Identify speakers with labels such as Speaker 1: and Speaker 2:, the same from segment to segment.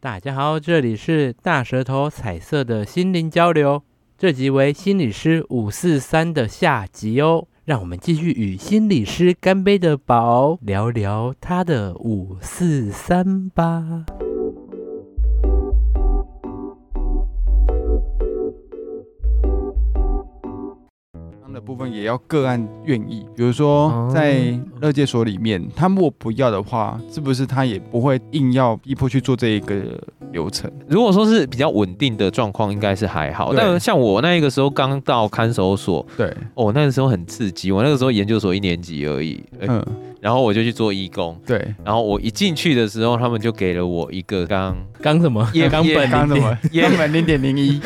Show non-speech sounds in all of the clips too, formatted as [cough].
Speaker 1: 大家好，这里是大舌头彩色的心灵交流，这集为心理师五四三的下集哦。让我们继续与心理师干杯的宝聊聊他的五四三吧。
Speaker 2: 的部分也要个案愿意，比如说在乐界所里面，他如果不要的话，是不是他也不会硬要逼迫去做这一个流程？
Speaker 3: 如果说是比较稳定的状况，应该是还好。
Speaker 2: 对
Speaker 3: 但像我那个时候刚到看守所，
Speaker 2: 对，
Speaker 3: 哦，那个时候很刺激。我那个时候研究所一年级而已，呃
Speaker 2: 嗯，
Speaker 3: 然后我就去做义工。
Speaker 2: 对，
Speaker 3: 然后我一进去的时候，他们就给了我一个刚，
Speaker 1: 刚什么？
Speaker 3: 也
Speaker 1: 刚
Speaker 3: 也
Speaker 1: 本
Speaker 2: 刚
Speaker 1: 零
Speaker 2: 什么？
Speaker 3: 也
Speaker 2: 刚满零点零一，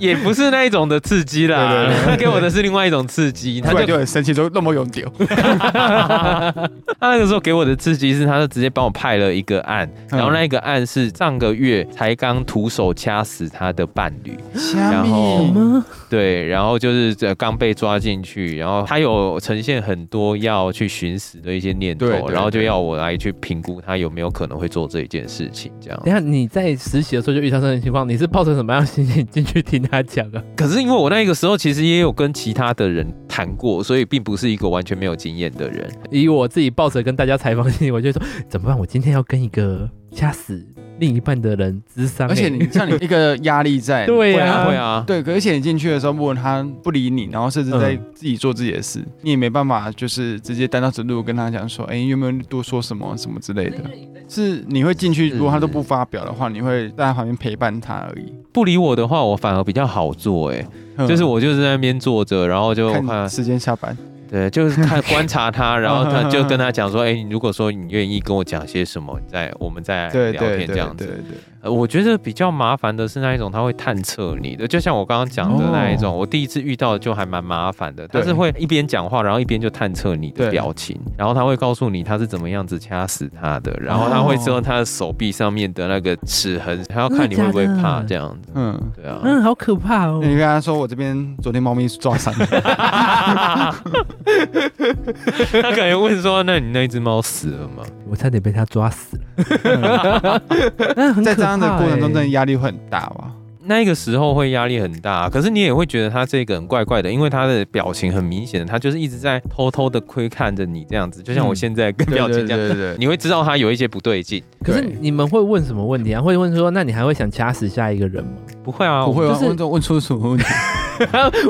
Speaker 3: 也 [laughs] 不是那一种的刺激啦，
Speaker 2: 对对对
Speaker 3: 他给我的是另外一种刺激。 [laughs] 他
Speaker 2: 突然
Speaker 3: 就
Speaker 2: 就很生气，说那么用丢，
Speaker 3: 他那个时候给我的刺激是，他就直接帮我派了一个案，然后
Speaker 2: 嗯
Speaker 3: 那个案是上个月才刚徒手掐死他的伴侣。
Speaker 2: 虾
Speaker 3: 然后
Speaker 2: 米？
Speaker 1: 么？
Speaker 3: 对，然后就是这刚被抓进去，然后他有呈现很多要去寻死的一些念头，
Speaker 2: 对对
Speaker 3: 然后就
Speaker 2: 对
Speaker 3: 要我来去评估他有没有可能会做这一件事情，这样
Speaker 1: [laughs]
Speaker 2: 哎
Speaker 1: 等一。下你在实习的时候就遇到这种情况，你是抱着什么样的心情进去听他讲啊？
Speaker 3: 可是因为我那个时候其实也有跟其他的人谈过，所以并不是一个完全没有经验的人。
Speaker 1: 以我自己抱着跟大家采访心情，我就说怎么办？我今天要跟一个掐死另一半的人智商、
Speaker 2: 而且你像你一个压力 [laughs] 在，
Speaker 1: 对呀、
Speaker 3: 会啊，
Speaker 2: 对，可而且你进去的时候，如果他不理你，然后甚至在
Speaker 1: 嗯
Speaker 2: 自己做自己的事，你也没办法，就是直接单刀直入跟他讲说，哎、你有没有多说什么什么之类的。是你会进去，如果他都不发表的话，你会在他旁边陪伴他而已。
Speaker 3: 不理我的话，我反而比较好做、欸，
Speaker 2: 嗯
Speaker 3: 就是我就是在那边坐着，然后就
Speaker 2: 看时间下班，
Speaker 3: 对，就
Speaker 2: [laughs]
Speaker 3: 是看观察他，然后他就跟他讲说，哎、你如果说你愿意跟我讲些什么，你再我们再
Speaker 2: 对
Speaker 3: 哎聊
Speaker 2: 对对
Speaker 3: 天这样
Speaker 2: 对
Speaker 3: 子。
Speaker 2: 对，
Speaker 3: 呃，我觉得比较麻烦的是那一种，他会探测你的，就像我刚刚讲的那一
Speaker 1: 哦
Speaker 3: 种，我第一次遇到就还蛮麻烦的，他
Speaker 2: 对
Speaker 3: 是会一边讲话，然后一边就探测你的
Speaker 2: 对
Speaker 3: 表情，然后他会告诉你他是怎么样子掐死他的，然后他会
Speaker 1: 哦
Speaker 3: 知道他的手臂上面的那个齿痕，他要看你会不会
Speaker 1: 真的假的
Speaker 3: 怕这样子。
Speaker 2: 嗯，
Speaker 3: 对啊， [laughs]
Speaker 1: 嗯，好可怕哦
Speaker 2: 那！你跟他说我这边昨天猫咪抓伤了，
Speaker 3: 他可能问说，那你那只猫死了吗？
Speaker 1: 我差点被他抓
Speaker 2: [laughs]
Speaker 1: 死了。嗯很
Speaker 2: 在
Speaker 1: 可
Speaker 2: 这样的
Speaker 1: 怕
Speaker 2: 过程中，
Speaker 1: 欸
Speaker 2: 真的压力会很大吧？
Speaker 3: 那个时候会压力很大，啊可是你也会觉得他这个人怪怪的，因为他的表情很明显，他就是一直在偷偷的窥看着你这样子，就像我现在跟
Speaker 2: 对
Speaker 3: 表情这样，
Speaker 2: 对
Speaker 3: [laughs]
Speaker 2: 对对，
Speaker 3: 你会知道他有一些不对劲。
Speaker 1: 可是
Speaker 2: 对
Speaker 1: 你们会问什么问题啊？会问说，那你还会想掐死下一个人吗？ [laughs]
Speaker 3: 不会啊，
Speaker 2: 不会啊
Speaker 1: 就是
Speaker 2: 问问出什么问题？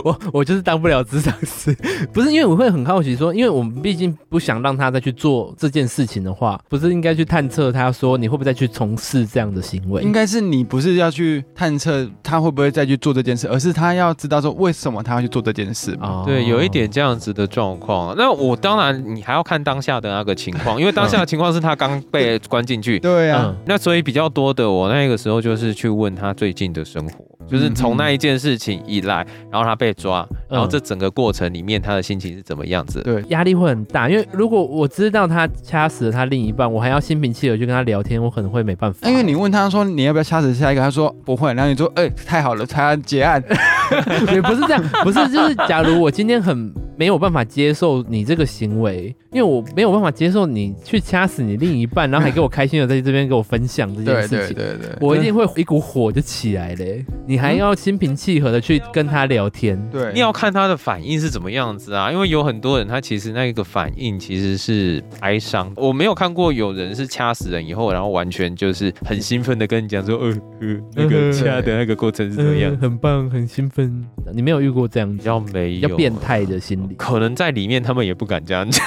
Speaker 1: 我我就是当不了智商师，不是因为我会很好奇说，因为我们毕竟不想让他再去做这件事情的话，不是应该去探测他说你会不会再去从事这样的行为？
Speaker 2: 应该是你不是要去探测他会不会再去做这件事，而是他要知道说为什么他要去做这件事嘛。
Speaker 1: 哦
Speaker 3: 对，有一点这样子的状况。那我当然，你还要看当下的那个情况，因为当下的情况是他刚被关进去，
Speaker 2: 对啊，
Speaker 1: 嗯
Speaker 3: 那所以比较多的，我那个时候就是去问他最近的生活，就是从那一件事情以来，然后他被抓，然后这整个过程里面他的心情是怎么样子的？
Speaker 2: 对，
Speaker 1: 压力会很大，因为如果我知道他掐死了他另一半，我还要心平气和去跟他聊天，我可能会没办法。
Speaker 2: 因为你问他说你要不要掐死下一个，他说不会，然后你说哎、太好了，他结案，
Speaker 1: [laughs] 也不是这样，不是就是，假如我今天很没有办法接受你这个行为，因为我没有办法接受你去掐死你另一半，然后还给我开心的在这边给我分享这件
Speaker 2: 对
Speaker 1: 事情。
Speaker 2: 对对对，
Speaker 1: 我一定会一股火就起来嘞，你还要心平气和的去跟他聊天，
Speaker 2: 对
Speaker 3: 你要看他的反应是怎么样子啊，因为有很多人他其实那个反应其实是哀伤。我没有看过有人是掐死人以后，然后完全就是很兴奋的跟你讲说，呃，呃那个掐的那个过程是怎么样
Speaker 1: 嗯？很棒，很兴奋。你没有遇过这样
Speaker 3: 比
Speaker 1: 子
Speaker 3: 较没
Speaker 1: 比
Speaker 3: 有，
Speaker 1: 较变，态的心理
Speaker 3: 可能在里面他们也不敢这样讲。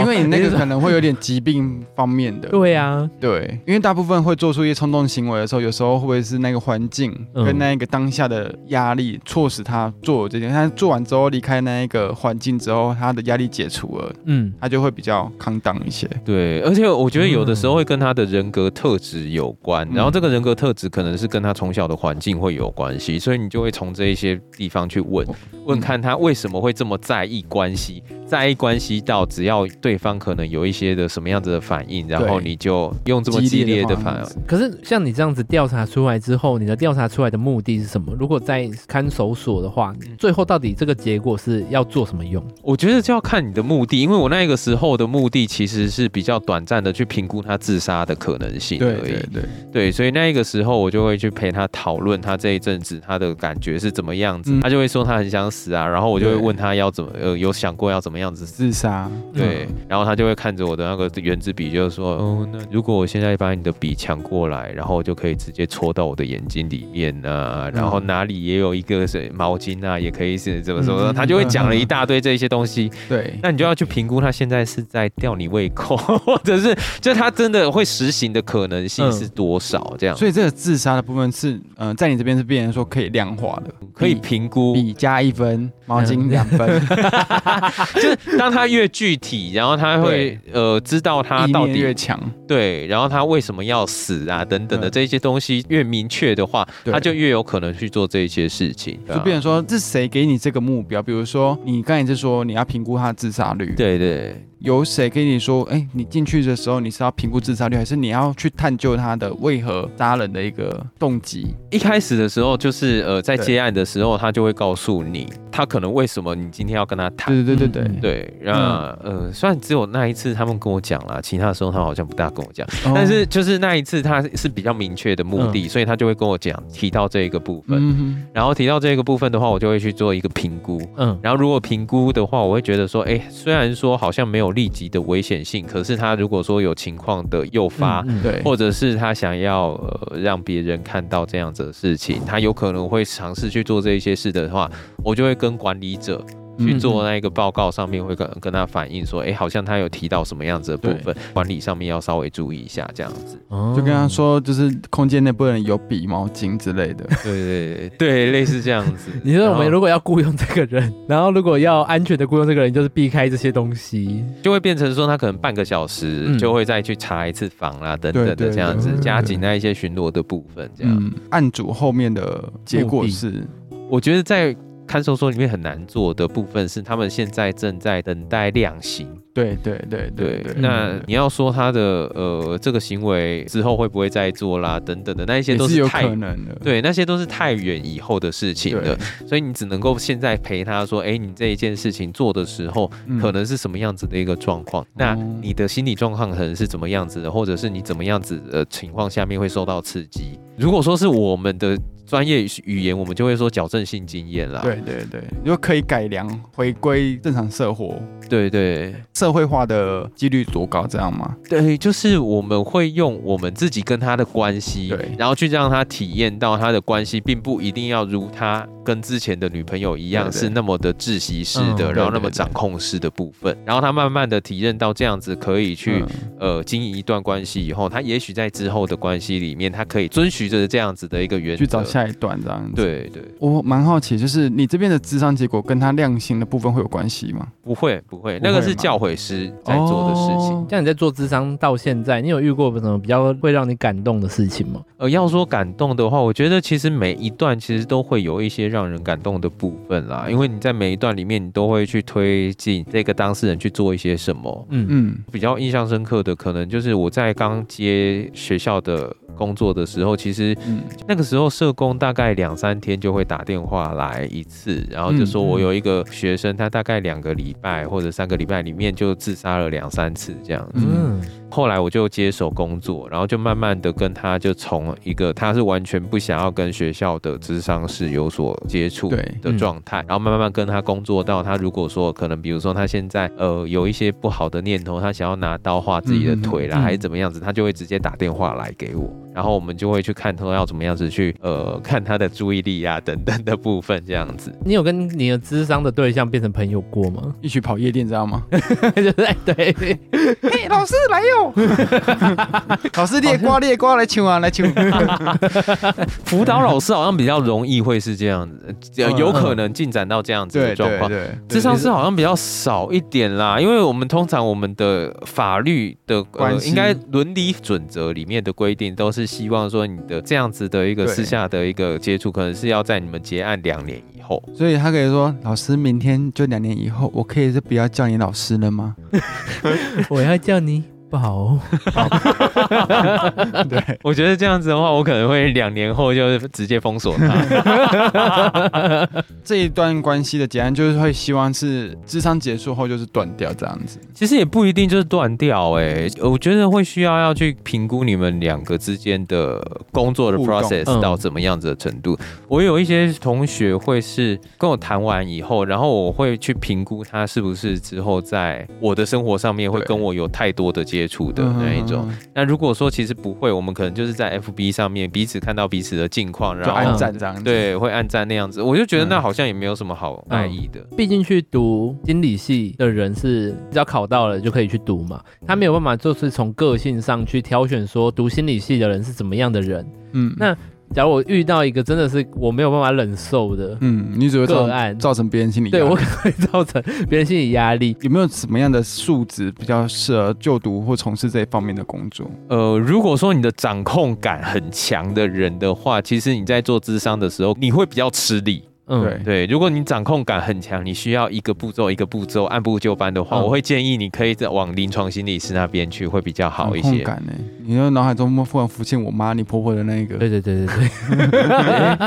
Speaker 2: 因为你那
Speaker 1: 哦
Speaker 2: 个
Speaker 1: 是说
Speaker 2: 可能会有点疾病方面的，
Speaker 1: 对啊，
Speaker 2: 对，因为大部分会做出一些冲动行为的时候，有时候会不会是那个环境
Speaker 1: 嗯
Speaker 2: 跟那一个当下的压力促使他做这件事？他做完之后离开那一个环境之后，他的压力解除了，
Speaker 1: 嗯，
Speaker 2: 他就会比较抗当一些。
Speaker 3: 对，而且我觉得有的时候会跟他的人格特质有关，
Speaker 2: 嗯
Speaker 3: 然后这个人格特质可能是跟他
Speaker 2: 哦
Speaker 3: 从小的环境会有关系，所以你就会从这一些地方去问问看他为什么会这么在意关系，在意关系到只要对方可能有一些的什么样子的反应，然后
Speaker 2: 对
Speaker 3: 你就用这么激烈的反
Speaker 2: 应，
Speaker 1: 可是像你这样子调查出来之后，你的调查出来的目的是什么？如果在看守所的话，最后到底这个结果是要做什么用？
Speaker 3: 我觉得就要看你的目的，因为我那个时候的目的其实是比较短暂的去评估他自杀的可能性而
Speaker 2: 对
Speaker 3: 已。
Speaker 2: 对对，
Speaker 3: 对，所以那一个时候我就会去陪他讨论他这一阵子他的感觉是怎么样子，
Speaker 2: 嗯
Speaker 3: 他就会说他很想死啊，然后我就会
Speaker 2: 对嗯
Speaker 3: 问他要怎么呃有想过要怎么样子死。
Speaker 2: 自杀，
Speaker 3: 对，然后他就会看着我的那个圆珠笔，就是说，哦，那如果我现在把你的笔抢过来，然后我就可以直接戳到我的眼睛里面啊，然后哪里也有一个是毛巾啊，也可以是怎么怎么，
Speaker 2: 嗯嗯
Speaker 3: 他就会讲了一大堆这些东西。
Speaker 2: 对，
Speaker 3: 那你就要去评估他现在是在吊你胃口， [laughs] 或者是就他真的会实行的可能
Speaker 2: 嗯
Speaker 3: 性是多少这样，
Speaker 2: 所以这个自杀的部分是，嗯、在你这边是变成说可以量化的，
Speaker 3: 可以
Speaker 2: 比
Speaker 3: 评估。
Speaker 2: 笔加一分，毛巾
Speaker 1: 嗯
Speaker 2: 两分，
Speaker 3: 就是当他越具体，然后他会呃知道 [laughs] 他
Speaker 2: 意
Speaker 3: 到
Speaker 2: 念
Speaker 3: 底
Speaker 2: 越强，
Speaker 3: 对，然后他为什么要死啊等等的
Speaker 2: 嗯
Speaker 3: 这些东西越明确的话，
Speaker 2: 对
Speaker 3: 他就越有可能去做这些事情。对
Speaker 2: 就
Speaker 3: 啊
Speaker 2: 变成说是谁给你这个目标？比如说你刚才是说你要评估他的自杀率，
Speaker 3: 对对
Speaker 2: 由谁给你说，哎、你进去的时候你是要评估自杀率，还是你要去探究他的为何杀人的一个动机？
Speaker 3: 一开始的时候就是呃在
Speaker 2: 对
Speaker 3: 接案的时候，他就会告诉你他可能为什么你今天要跟他谈。
Speaker 2: 对对对对对，嗯
Speaker 3: 对，那、呃，虽然只有那一次他们跟我讲啦，其他的时候他好像不大跟我讲，
Speaker 2: 哦
Speaker 3: 嗯但是就是那一次他是比较明确的目的，所以他就会跟我讲提到这个部分，
Speaker 2: 嗯
Speaker 3: 然后提到这个部分的话，我就会去做一个评估。
Speaker 1: 嗯，
Speaker 3: 然后如果评估的话，我会觉得说，哎，虽然说好像没有立即的危险性，可是他如果说有情况的诱发，
Speaker 1: 嗯
Speaker 2: 哼，，对，
Speaker 3: 或者是他想要呃让别人看到这样子的事情，他有可能会尝试去做这一些事的话，我就会跟管理者去
Speaker 2: 嗯
Speaker 3: 做那个报告，上面会跟跟他反映说，哎、好像他有提到什么样子的部分，管理上面要稍微注意一下这样子。
Speaker 1: 就。
Speaker 2: 就跟
Speaker 3: 哦
Speaker 2: 他，说，就是空间内不能有笔、毛巾之类的。
Speaker 3: 对对对对，类似这样子
Speaker 1: 你说我们
Speaker 3: 然
Speaker 1: 如果要雇佣这个人，然后如果要安全的雇佣这个人，就是避开这些东西。
Speaker 3: 后就会变成说，他可能半个小时
Speaker 1: 嗯
Speaker 3: 就会再去查一次房啦、等等
Speaker 2: 对对
Speaker 3: 的
Speaker 2: 对
Speaker 3: 这样子
Speaker 1: 对，对
Speaker 3: 加紧那一些巡逻的部分这样。
Speaker 2: 嗯，案主后面的结果是，
Speaker 3: 我觉得在看守所里面很难做的部分是，他们现在正在等待量刑。
Speaker 2: 对对对
Speaker 3: 对，
Speaker 2: 对，
Speaker 3: 那
Speaker 2: 嗯
Speaker 3: 你要说他的呃这个行为之后会不会再做啦，等等的那一些
Speaker 2: 也
Speaker 3: 都
Speaker 2: 是有
Speaker 3: 太
Speaker 2: 可能的。
Speaker 3: 对，那些都是太远以后的事情了，所以你只能够现在陪他说，哎、你这一件事情做的时候，
Speaker 2: 嗯
Speaker 3: 可能是什么样子的一个状况？那你的心理状况可能是怎么样子的，或者是你怎么样子的情况下面会受到刺激？如果说是我们的专业语言，我们就会说矫正性经验啦。
Speaker 2: 对对对，就可以改良，回归正常生活，
Speaker 3: 对对
Speaker 2: 社会化的几率多高？这样吗？
Speaker 3: 对，就是我们会用我们自己跟他的关系，
Speaker 2: 对
Speaker 3: 然后去让他体验到他的关系，并不一定要如他跟之前的女朋友一样
Speaker 2: 对对
Speaker 3: 是那么的窒息式的，
Speaker 1: 嗯
Speaker 3: 然后
Speaker 2: 对
Speaker 3: 那么
Speaker 2: 对对
Speaker 3: 掌控式的部分。然后他慢慢的体验到这样子可以去、
Speaker 2: 嗯
Speaker 3: 呃经营一段关系以后，他也许在之后的关系里面，他可以遵循着这样子的一个原则
Speaker 2: 去找。下一段这样子。，
Speaker 3: 对对，
Speaker 2: 我蛮好奇，就是你这边的智商结果跟他量刑的部分会有关系吗？
Speaker 3: 不会不会，
Speaker 2: 不
Speaker 3: 那个
Speaker 2: 会
Speaker 3: 是
Speaker 2: 吗
Speaker 3: 教诲师在做的事情。
Speaker 2: 哦
Speaker 1: 像你在做智商到现在，你有遇过什么比较会让你感动的事情吗？
Speaker 3: 呃，要说感动的话，我觉得其实每一段其实都会有一些让人感动的部分
Speaker 2: 嗯
Speaker 3: 啦，因为你在每一段里面，你都会去推进这个当事人去做一些什么。
Speaker 1: 嗯
Speaker 2: 嗯，
Speaker 3: 比较印象深刻的，可能就是我在刚接学校的工作的时候，其实
Speaker 2: 嗯，
Speaker 3: 那个时候社工大概两三天就会打电话来一次，然后就说
Speaker 2: 嗯嗯
Speaker 3: 我有一个学生，他大概两个礼拜或者三个礼拜里面就自杀了两三次这样子。
Speaker 1: 嗯
Speaker 2: 嗯
Speaker 3: 后来我就接手工作，然后就慢慢的跟他就从一个他是完全不想要跟学校的智商室有所接触
Speaker 2: 对
Speaker 3: 的状态，然后慢慢慢跟他工作到他如果说可能比如说他现在呃有一些不好的念头，他想要拿刀划自己的腿
Speaker 1: 嗯
Speaker 3: 啦，
Speaker 1: 嗯嗯
Speaker 3: 还是怎么样子，他就会直接打电话来给我，然后我们就会去看他要怎么样子去呃看他的注意力啊等等的部分这样子。
Speaker 1: 你有跟你的智商的对象变成朋友过吗？ [laughs]
Speaker 2: 一起跑夜店，知道吗？
Speaker 1: 就是哎对，
Speaker 2: 嘿，老师来哟！ [laughs] 老师列瓜列瓜来抢啊，来抢！
Speaker 3: 辅导老师好像比较容易会是这样子，呃
Speaker 2: 嗯
Speaker 3: 有可能进展到这样子的
Speaker 2: 对
Speaker 3: 状
Speaker 2: 对
Speaker 3: 况。
Speaker 2: 对，
Speaker 3: 智商是好像比较少一点啦，因为我们通常我们的法律的呃
Speaker 2: 关，系
Speaker 3: 应该伦理准则里面的规定都是希望说你的这样子的一个
Speaker 2: 对
Speaker 3: 私下的一个接触，可能是要在你们结案两年以
Speaker 2: [laughs]
Speaker 3: 后。
Speaker 2: 所以他可以说，老师明天就两年以后，我可以是不要叫你老师了吗？
Speaker 1: 我要叫你宝。
Speaker 2: 对，
Speaker 3: 我觉得这样子的话，我可能会两年后就直接封锁他。
Speaker 2: 这一段关系的结案就是会希望是智商结束后就是断掉这样子。
Speaker 3: 其实也不一定就是断掉哎、我觉得会需要要去评估你们两个之间的工作的
Speaker 2: 互动
Speaker 3: process
Speaker 1: 嗯
Speaker 3: 到怎么样子的程度。我有一些同学会是跟我谈完以后，然后我会去评估他是不是之后在我的生活上面会
Speaker 2: 对
Speaker 3: 跟我有太多的接触的那一种。
Speaker 2: 嗯，
Speaker 3: 那如果说其实不会，我们可能就是在 FB 上面彼此看到彼此的近况，
Speaker 2: 就
Speaker 3: 然
Speaker 2: 按
Speaker 3: 后
Speaker 2: 赞这样子。，
Speaker 3: 对会暗赞那样子，我就觉得那
Speaker 2: 嗯
Speaker 3: 好像也没有什么好
Speaker 1: 嗯
Speaker 3: 在意的。
Speaker 1: 毕竟去读心理系的人是只要考到了就可以去读嘛，他没有办法就是从个性上去挑选说读心理系的人是怎么样的人。
Speaker 2: 嗯
Speaker 1: 那假如我遇到一个真的是我没有办法忍受的
Speaker 2: 嗯，你只会造
Speaker 1: 个案，
Speaker 2: 造成别人心理压
Speaker 1: 对
Speaker 2: 力
Speaker 1: 我可能会造成别人心理压力。
Speaker 2: 有没有什么样的素质比较适合就读或从事这一方面的工作？
Speaker 3: 呃，如果说你的掌控感很强的人的话，其实你在做智商的时候，你会比较吃力。
Speaker 1: 嗯，
Speaker 2: 对
Speaker 3: 对，如果你掌控感很强，你需要一个步骤一个步骤按部就班的话，
Speaker 1: 嗯
Speaker 3: 我会建议你可以再往临床心理师那边去，会比较好一
Speaker 2: 掌控
Speaker 3: 些。
Speaker 2: 感呢、欸你的脑海中忽然浮现我妈、你婆婆的那一个，
Speaker 1: 对对对对
Speaker 2: [laughs]
Speaker 1: 对，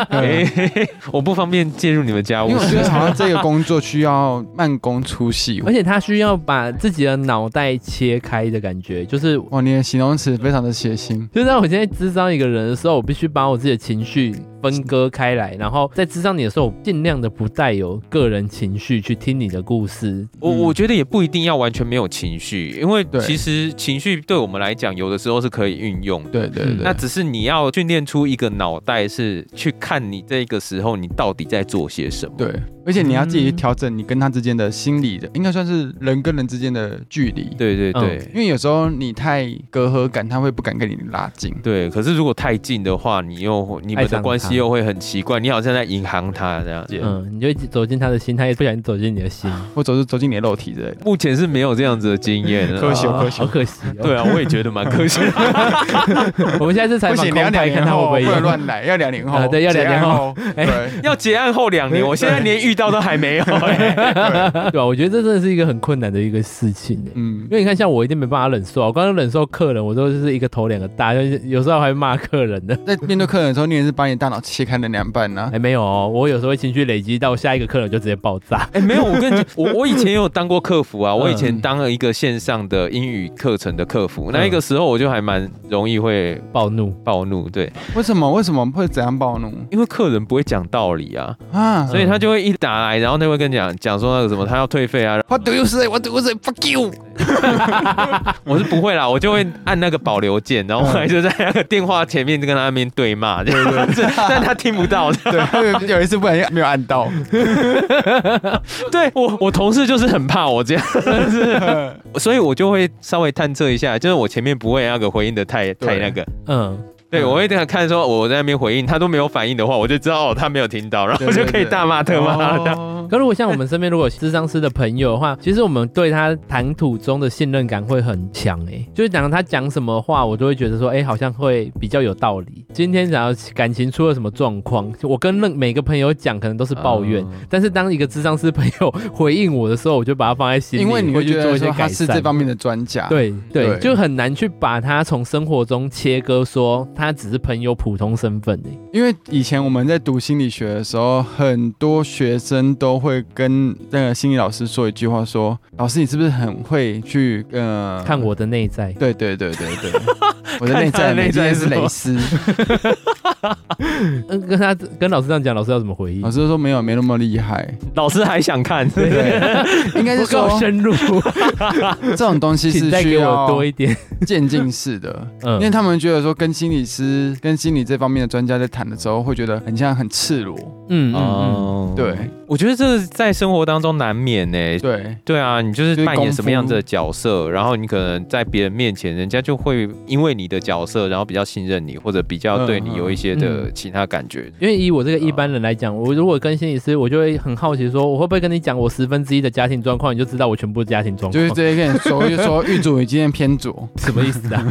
Speaker 3: 哎 [laughs] 嘿嘿我不方便介入你们家务
Speaker 2: 啊因为我觉
Speaker 3: 事。
Speaker 2: 得好像这个工作需要慢工出
Speaker 1: [laughs]
Speaker 2: 细活
Speaker 1: 而。且他需要把自己的脑袋切开的感觉，就是
Speaker 2: 哇，你的形容词非常的血腥。
Speaker 1: 就是当我现在智商一个人的时候，我必须把我自己的情绪分割开来，然后在智商你的时候，我尽量的不带有个人情绪去听你的故事。
Speaker 3: [laughs] 我
Speaker 2: 嗯
Speaker 3: 我觉得也不一定要完全没有情绪，因为
Speaker 2: 对
Speaker 3: 其实情绪对我们来讲，有的时候是可以运用的。
Speaker 2: 对对
Speaker 1: 嗯
Speaker 2: 对，
Speaker 3: 那只是你要训练出一个脑袋，是去看你这个时候你到底在做些什么。
Speaker 2: 对，而且你要自己去调整你跟他之间的心理的，应该算是人跟人之间的距离。，
Speaker 3: 对对
Speaker 1: 嗯
Speaker 3: 对、
Speaker 2: 因为有时候你太隔阂感，他会不敢跟你拉近。
Speaker 3: 对。可是如果太近的话，你又你们的关系又会很奇怪，你好像在迎合他这样。
Speaker 1: 嗯，你就一直走进他的心，他也不小心走进你的心，
Speaker 2: 或者是走进你的肉体之类的。
Speaker 3: [laughs] 目前是没有这样子的经验啊。
Speaker 2: 可惜
Speaker 1: 啊
Speaker 2: 可惜
Speaker 1: 好可惜、哦。
Speaker 3: [laughs] 对啊，我也觉得蛮可惜的。 [laughs]
Speaker 1: 我们现在是采
Speaker 2: 不
Speaker 1: 访
Speaker 2: 行，
Speaker 1: 空
Speaker 2: 你要两
Speaker 1: 拍，看
Speaker 2: 年
Speaker 1: 他会
Speaker 2: 后，
Speaker 1: 不
Speaker 2: 不
Speaker 1: 会
Speaker 2: 能
Speaker 1: 有。
Speaker 2: 乱来，要两年后。
Speaker 1: 啊对要两年 [laughs] 后
Speaker 2: 结案后。对，
Speaker 3: 要结案后两年，我现在连遇到都还
Speaker 1: [laughs]
Speaker 3: 没有、哎
Speaker 1: 对啊，我觉得这真的是一个很困难的一个事情欸
Speaker 2: 嗯
Speaker 1: 因，为你看，像我一定没办法忍受啊，我刚刚忍受客人，我都是一个头两个大，就是有时候还会骂客人的。 [laughs]
Speaker 2: 在面对客人的时候，你也是把你大脑切开了两半啊呢
Speaker 1: 哎，。没有哦，我有时候会情绪累积到下一个客人就直接爆炸。
Speaker 3: 哎、没有，我跟你讲，我我以前也有当过客服啊，我以
Speaker 1: 嗯
Speaker 3: 前当了一个线上的英语课程的客服，那一个时候我就还蛮容易会
Speaker 1: 暴怒，
Speaker 3: 暴怒，对，
Speaker 1: 哎
Speaker 2: 为什么？为什么会怎样暴怒
Speaker 3: 因为客人不会讲道理啊，
Speaker 2: 啊
Speaker 3: 所以
Speaker 1: 嗯
Speaker 3: 他就会一打来，然后他会跟你讲讲说那个什么，他要退费啊。
Speaker 2: ？What do you say? What do you say? Fuck you！
Speaker 3: [laughs] 我是不会啦，我就会按那个保留键，然后后来就在那个电话前面跟他那边对骂，这样子， [laughs] 但他听不到。
Speaker 2: 对，他有有一次不小心没有按
Speaker 1: [laughs]
Speaker 2: 到，
Speaker 3: 对我，我同事就是很怕我这样子，所以我就会稍微探测一下，就是我前面不会那个回应的太太
Speaker 2: 对
Speaker 3: 那个，
Speaker 1: 嗯，
Speaker 3: 对我会这样看说我在那边回应，他都没有反应的话，我就知道哦他没有听到，然后我就
Speaker 2: 对对
Speaker 3: 可以大骂特骂他。
Speaker 1: [laughs]
Speaker 2: 哦
Speaker 1: 可如果像我们身边如果有智商师的朋友的话，其实我们对他谈吐中的信任感会很强诶、就是讲他讲什么话，我都会觉得说，哎诶，好像会比较有道理。今天假如感情出了什么状况，我跟任每个朋友讲，可能都是抱怨。
Speaker 3: 嗯
Speaker 1: 但是当一个智商师朋友回应我的时候，我就把它放在心里，
Speaker 2: 因为你
Speaker 1: 会
Speaker 2: 会
Speaker 1: 去
Speaker 2: 觉
Speaker 1: 做
Speaker 2: 得
Speaker 1: 一些
Speaker 2: 说
Speaker 1: 改
Speaker 2: 他是这
Speaker 1: 善。
Speaker 2: 方面的专家。，
Speaker 1: 对对，
Speaker 2: 对
Speaker 1: 就很难去把他从生活中切割说他只是朋友普通身份诶、
Speaker 2: 因为以前我们在读心理学的时候，很多学生都会跟那个心理老师说一句话说老师，你是不是很会去呃
Speaker 1: 看？我的内在。
Speaker 2: 对对对对
Speaker 1: [laughs]
Speaker 2: 对，我的
Speaker 3: 看
Speaker 2: 内
Speaker 3: 他的
Speaker 2: 在
Speaker 3: 内
Speaker 2: 每
Speaker 3: 在
Speaker 2: 天
Speaker 3: 是
Speaker 2: 是
Speaker 3: 什么
Speaker 2: 蕾丝。
Speaker 1: 嗯，跟他跟老师这样讲，老师要怎么回应 [laughs]
Speaker 2: 老？师说没有，没那么厉害。
Speaker 3: 老师还想
Speaker 1: [laughs]
Speaker 3: 看， [laughs]
Speaker 2: 对，应该
Speaker 1: 不
Speaker 2: 是
Speaker 1: 够
Speaker 2: 说
Speaker 1: 深入，
Speaker 2: 这种东西
Speaker 1: 请
Speaker 2: 是
Speaker 1: 再
Speaker 2: 需
Speaker 1: 给我
Speaker 2: 要
Speaker 1: 多一点。
Speaker 2: 渐进式的。因为
Speaker 1: 嗯，
Speaker 2: 他们觉得说，跟心理师、跟心理这方面的专家在谈的时候，会觉得很像很赤裸。
Speaker 1: 嗯嗯嗯，
Speaker 3: 哦，
Speaker 2: 对，
Speaker 3: 我觉得这是在生活当中难免呢、
Speaker 2: 对，
Speaker 3: 对啊，你就是
Speaker 2: 就是
Speaker 3: 扮演
Speaker 2: 功
Speaker 3: 什么样子
Speaker 2: 夫
Speaker 3: 的角色，然后你可能在别人面前，人家就会因为你的角色，然后比较信任你，或者比较对
Speaker 2: 嗯
Speaker 3: 你
Speaker 2: 嗯
Speaker 3: 有一些的
Speaker 1: 嗯
Speaker 3: 其他感觉。
Speaker 1: 因为以我这个一般人来讲，我如果跟心理师，我就会很好奇说，我会不会跟你讲我十分之一的家庭状况，你就知道我全部家庭状
Speaker 2: 就
Speaker 1: 况？
Speaker 2: 是这一个人说就说狱主你今天偏
Speaker 3: [laughs]
Speaker 2: 左，
Speaker 1: 什么意思 [laughs] 啊？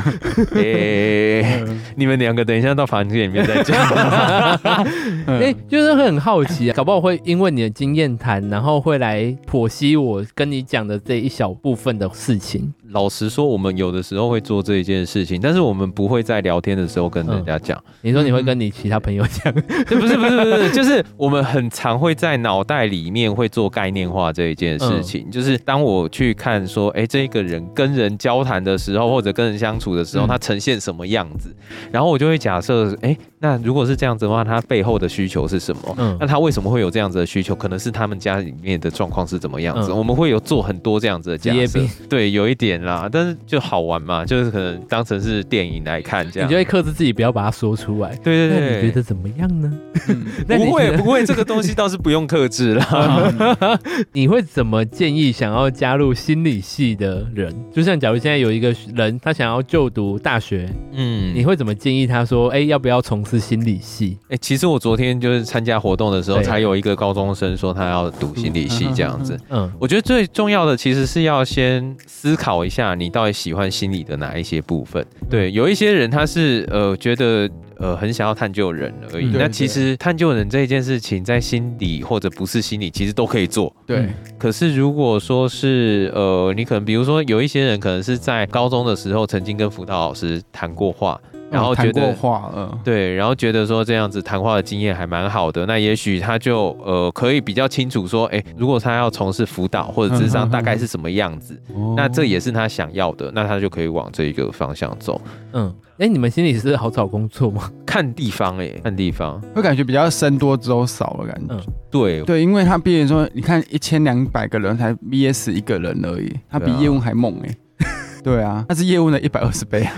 Speaker 2: 嗯
Speaker 3: 诶，你们两个等一下到房间里面再讲。 [laughs]
Speaker 1: 哎、
Speaker 2: 嗯，
Speaker 1: [laughs] 就是会很好奇、啊，搞不好会因为你的经验谈，然后会来剖析我跟你讲的这一小部分的事情。
Speaker 3: 老实说，我们有的时候会做这一件事情，但是我们不会在聊天的时候跟
Speaker 2: 嗯
Speaker 3: 人家讲。
Speaker 1: 你说你会跟你其他朋友讲，
Speaker 3: 这不是不是不是不是，就是我们很常会在脑袋里面会做概念化这一件事情。
Speaker 1: 嗯
Speaker 3: 就是当我去看说，哎、这个人跟人交谈的时候，或者跟人相处的时候，
Speaker 1: 嗯
Speaker 3: 他呈现什么样子，然后我就会假设，哎、那如果是这样子的话，他背后的需求是什么？
Speaker 1: 嗯
Speaker 3: 那他为什么会有这样子的需求？可能是他们家里面的状况是怎么样子？
Speaker 1: 嗯
Speaker 3: 我们会有做很多这样子的假
Speaker 1: 职业
Speaker 3: 设
Speaker 1: 病，
Speaker 3: 对，有一点啦，但是就好玩嘛，就是可能当成是电影来看
Speaker 1: 你
Speaker 3: 这样
Speaker 1: 就。会克制自己不要把它说出来。
Speaker 3: 对
Speaker 1: 那
Speaker 3: 对
Speaker 1: 你
Speaker 3: 对，
Speaker 1: 觉得怎么样呢？
Speaker 2: 嗯
Speaker 1: [laughs] 那你
Speaker 3: 不
Speaker 1: 觉
Speaker 3: 会
Speaker 1: 得
Speaker 3: 不会，这个东西倒是不用克制
Speaker 1: [laughs]
Speaker 3: 啦。
Speaker 2: 嗯
Speaker 1: 你会怎么建议想要加入心理系的人？就像假如现在有一个人他想要就读大学，
Speaker 3: 嗯，
Speaker 1: 你
Speaker 3: 你
Speaker 1: 会怎么建议他说，哎、要不要从事心理系？
Speaker 3: 哎、其实我昨天就是参加活动的时候，
Speaker 1: 对
Speaker 3: 才有一个高中生说他要读心理系这样子。
Speaker 1: 嗯
Speaker 3: 我觉得最重要的其实是要先思考一下，你到底喜欢心理的哪一些部分。
Speaker 1: 嗯
Speaker 3: 对，有一些人他是呃觉得呃很想要探究人而已
Speaker 1: 嗯，对
Speaker 2: 对
Speaker 3: 那其实探究人这一件事情，在心理或者不是心理，其实都可以做。
Speaker 2: 对，
Speaker 3: 可是如果说是呃，你可能比如说有一些人可能是在高中的时候曾经跟辅导老师谈过话，然后
Speaker 2: 嗯
Speaker 3: 觉
Speaker 2: 谈过
Speaker 3: 得。
Speaker 2: 话，嗯，
Speaker 3: 对，然后觉得说这样子谈话的经验还蛮好的，那也许他就呃可以比较清楚说，哎，如果他要从事辅导或者智
Speaker 2: 嗯嗯
Speaker 3: 商，
Speaker 2: 嗯哦
Speaker 3: 大概是什么样子，那这也是他想要的，那他就可以往这一个方向走。
Speaker 1: 嗯，哎、你们心理师好找工作
Speaker 3: [laughs]
Speaker 1: 吗？
Speaker 3: 看地方哎、看地方，
Speaker 2: 会感觉比较僧多粥少的感觉。
Speaker 1: 嗯
Speaker 3: 对，
Speaker 2: 对，因为他毕业说，你看一千两百个人才 VS 一个人而已，他比
Speaker 3: 对啊
Speaker 2: 叶问还猛哎、对啊，他是叶问的一百二十倍啊。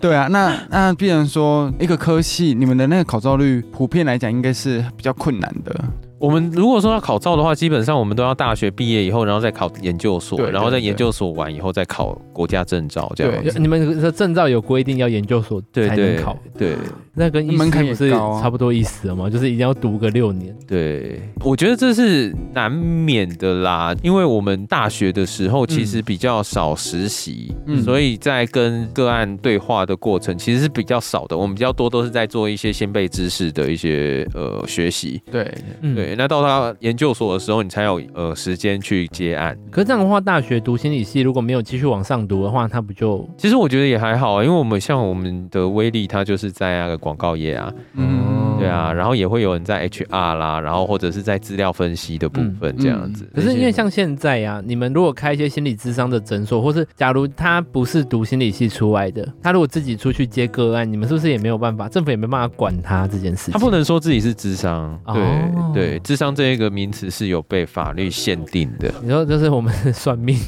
Speaker 2: 对啊，那那必然说一个科系，你们的那个考照率普遍来讲应该是比较困难的。
Speaker 3: 我们如果说要考照的话，基本上我们都要大学毕业以后，然后再考研究所
Speaker 2: 对，对
Speaker 3: 然后在研究所完以后再考国家证照这样
Speaker 2: 对
Speaker 3: 子。
Speaker 1: 你们的证照有规定要研究所
Speaker 3: 对
Speaker 1: 才能
Speaker 3: 对
Speaker 1: 考，
Speaker 3: 对
Speaker 1: 那跟医
Speaker 2: 门
Speaker 1: 师
Speaker 2: 槛
Speaker 1: 不
Speaker 2: 也
Speaker 1: 是
Speaker 2: 高啊
Speaker 1: 差不多意思了吗？就是一定要读个六年。
Speaker 3: 对，我觉得这是难免的啦，因为我们大学的时候其实比较少实习，
Speaker 2: 嗯
Speaker 3: 所以在跟个案对话的过程其实是比较少的，我们比较多都是在做一些先辈知识的一些呃学习。
Speaker 2: 对，
Speaker 1: 嗯，
Speaker 3: 对，。那到他研究所的时候，你才有呃时间去接案。
Speaker 1: 可是这样的话，大学读心理系，如果没有继续往上读的话，他不就
Speaker 3: 其实我觉得也还好啊，因为我们像我们的威力，它就是在那个广告业啊，
Speaker 1: 嗯
Speaker 3: 对啊，然后也会有人在 HR 啦，然后或者是在资料分析的部分
Speaker 1: 嗯
Speaker 3: 这样子。
Speaker 1: 可是因为像现在呀、你们如果开一些心理咨商的诊所，或是假如他不是读心理系出来的，他如果自己出去接个案，你们是不是也没有办法？政府也没办法管他这件事情。
Speaker 3: 他不能说自己是智商，对、
Speaker 1: 哦
Speaker 3: 对，智商这一个名词是有被法律限定的，
Speaker 1: 你说这是我们算命，
Speaker 2: 应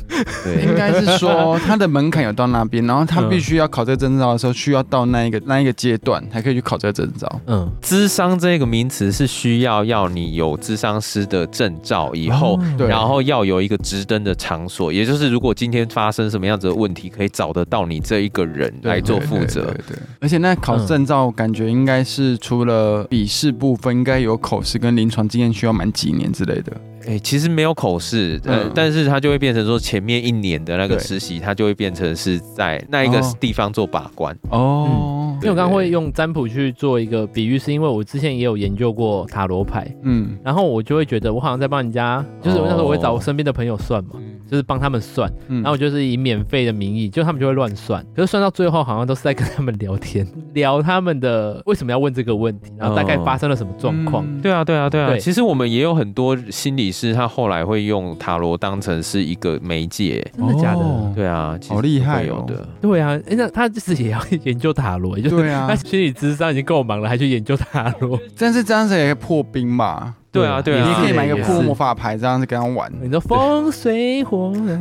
Speaker 3: 对。 [laughs]
Speaker 2: 该是说他的门槛有到那边，然后他
Speaker 1: 嗯
Speaker 2: 必须要考这个证照的时候，需要到那一个那一个阶段才可以去考这个证照。
Speaker 1: [laughs] 嗯，
Speaker 3: 智商这个名词是需要要你有智商师的证照以后，
Speaker 1: 哦
Speaker 2: 对
Speaker 3: 然后要有一个直登的场所，也就是如果今天发生什么样子的问题，可以找得到你这一个人
Speaker 2: 对
Speaker 3: 来做负责
Speaker 2: 对。对对对而且那考证照感觉应该是除了笔试部分，应该有口试跟临床经验需要满几年之类的。
Speaker 3: 哎、其实没有口试，呃
Speaker 2: 嗯
Speaker 3: 但是它就会变成说前面一年的那个
Speaker 2: 对
Speaker 3: 实习，它就会变成是在那一个
Speaker 2: 哦
Speaker 3: 地方做把关。
Speaker 2: 哦
Speaker 3: 嗯
Speaker 1: 因为我刚刚会
Speaker 3: 对
Speaker 1: 用占卜去做一个比喻，是因为我之前也有研究过塔罗牌，
Speaker 2: 嗯，
Speaker 1: 然后我就会觉得我好像在帮人家，就是那时候我会找我身边的朋友算嘛，
Speaker 3: 嗯
Speaker 1: 就是帮他们算，
Speaker 2: 嗯
Speaker 1: 然后我就是以免费的名义，就他们就会乱算，可是算到最后好像都是在跟他们聊天， [laughs] 聊他们的为什么要问这个问题，然后大概发生了什么状况。
Speaker 2: 嗯
Speaker 3: 对啊，对啊，对啊。
Speaker 1: 对
Speaker 3: 其实我们也有很多心理师，他后来会用塔罗当成是一个媒介。
Speaker 1: 真的假的？
Speaker 2: 哦
Speaker 3: 对啊，其实
Speaker 2: 好厉害
Speaker 3: 会有
Speaker 2: 哦
Speaker 3: 的。
Speaker 1: 对啊，诶那他就是也要 [laughs] 研究塔罗，也就是
Speaker 2: 对啊
Speaker 1: 他心理智商已经够忙了，还去研究塔罗。
Speaker 2: 但是这样子也可以破冰吧？
Speaker 3: 对啊对啊啊
Speaker 2: 你也可以买一个
Speaker 1: 也
Speaker 2: 破
Speaker 1: 是
Speaker 2: 魔法牌，这样子跟他玩。
Speaker 1: 你说风水火， [laughs] 你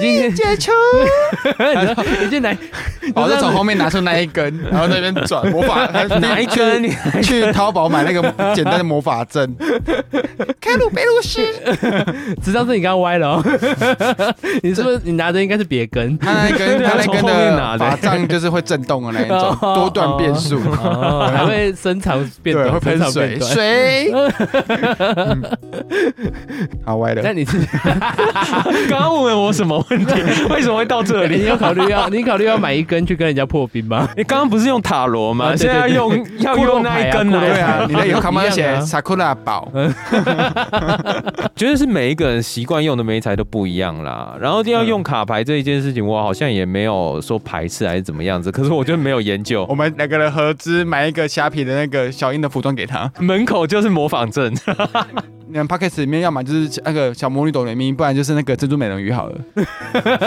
Speaker 1: 今天
Speaker 2: 解 [laughs] 球，
Speaker 1: [laughs] 你说你进来，
Speaker 2: 我就从后面拿出那一
Speaker 3: [laughs]
Speaker 2: 根，然后在那边转魔法，
Speaker 3: 哪一根
Speaker 2: 去去淘宝买那个简单的魔法
Speaker 3: [laughs]
Speaker 2: 阵，开鲁贝鲁斯，
Speaker 1: 知道是你刚刚歪了、哦， [laughs] 你是不是你拿的应该是别
Speaker 2: [laughs]
Speaker 1: 根？
Speaker 2: 他那一根
Speaker 3: 对啊
Speaker 2: 他那一
Speaker 3: 从
Speaker 2: 根
Speaker 3: 后面拿
Speaker 2: 的
Speaker 3: 的
Speaker 2: 法杖就是会震动的那一种，
Speaker 1: [laughs] 哦
Speaker 2: 多段变速，
Speaker 1: 哦，还会伸长变
Speaker 2: 对，
Speaker 1: 短，
Speaker 2: 会
Speaker 1: 伸
Speaker 2: 喷
Speaker 1: 长
Speaker 2: 水，
Speaker 1: 变短。 [laughs]
Speaker 2: 水，嗯好歪
Speaker 1: 那
Speaker 2: 了。
Speaker 1: 你是
Speaker 3: 刚刚问我什么问题？为什么会到这
Speaker 1: [laughs] 你
Speaker 3: 里？
Speaker 1: 有考虑要你考虑要买一根去跟人家破冰 [laughs] 吗？
Speaker 3: 你 [laughs] 刚刚不是用塔罗
Speaker 1: 啊
Speaker 3: 吗？
Speaker 1: 对
Speaker 3: 现在要
Speaker 1: 对
Speaker 3: 用 [laughs] 要
Speaker 1: 骷髅
Speaker 3: 用
Speaker 1: 牌啊
Speaker 3: 那一根
Speaker 1: 骷髅
Speaker 3: 来
Speaker 1: 牌
Speaker 2: 对啊，你的有卡吗？
Speaker 1: 一样
Speaker 2: 写
Speaker 1: 啊
Speaker 2: Sakura 宝，
Speaker 3: 觉得是每一个人习惯用的媒材都不一样啦。然后要用卡牌这一件事情，我好像也没有说排斥还是怎么样子，可是我就没有研究。
Speaker 2: 我们两个人合资买一个虾皮的那个小樱的服装给他。
Speaker 3: 门口就是模仿证，
Speaker 2: 你们 p o c k e t 里面要么就是那个小魔女斗雷咪，不然就是那个珍珠美人鱼好了，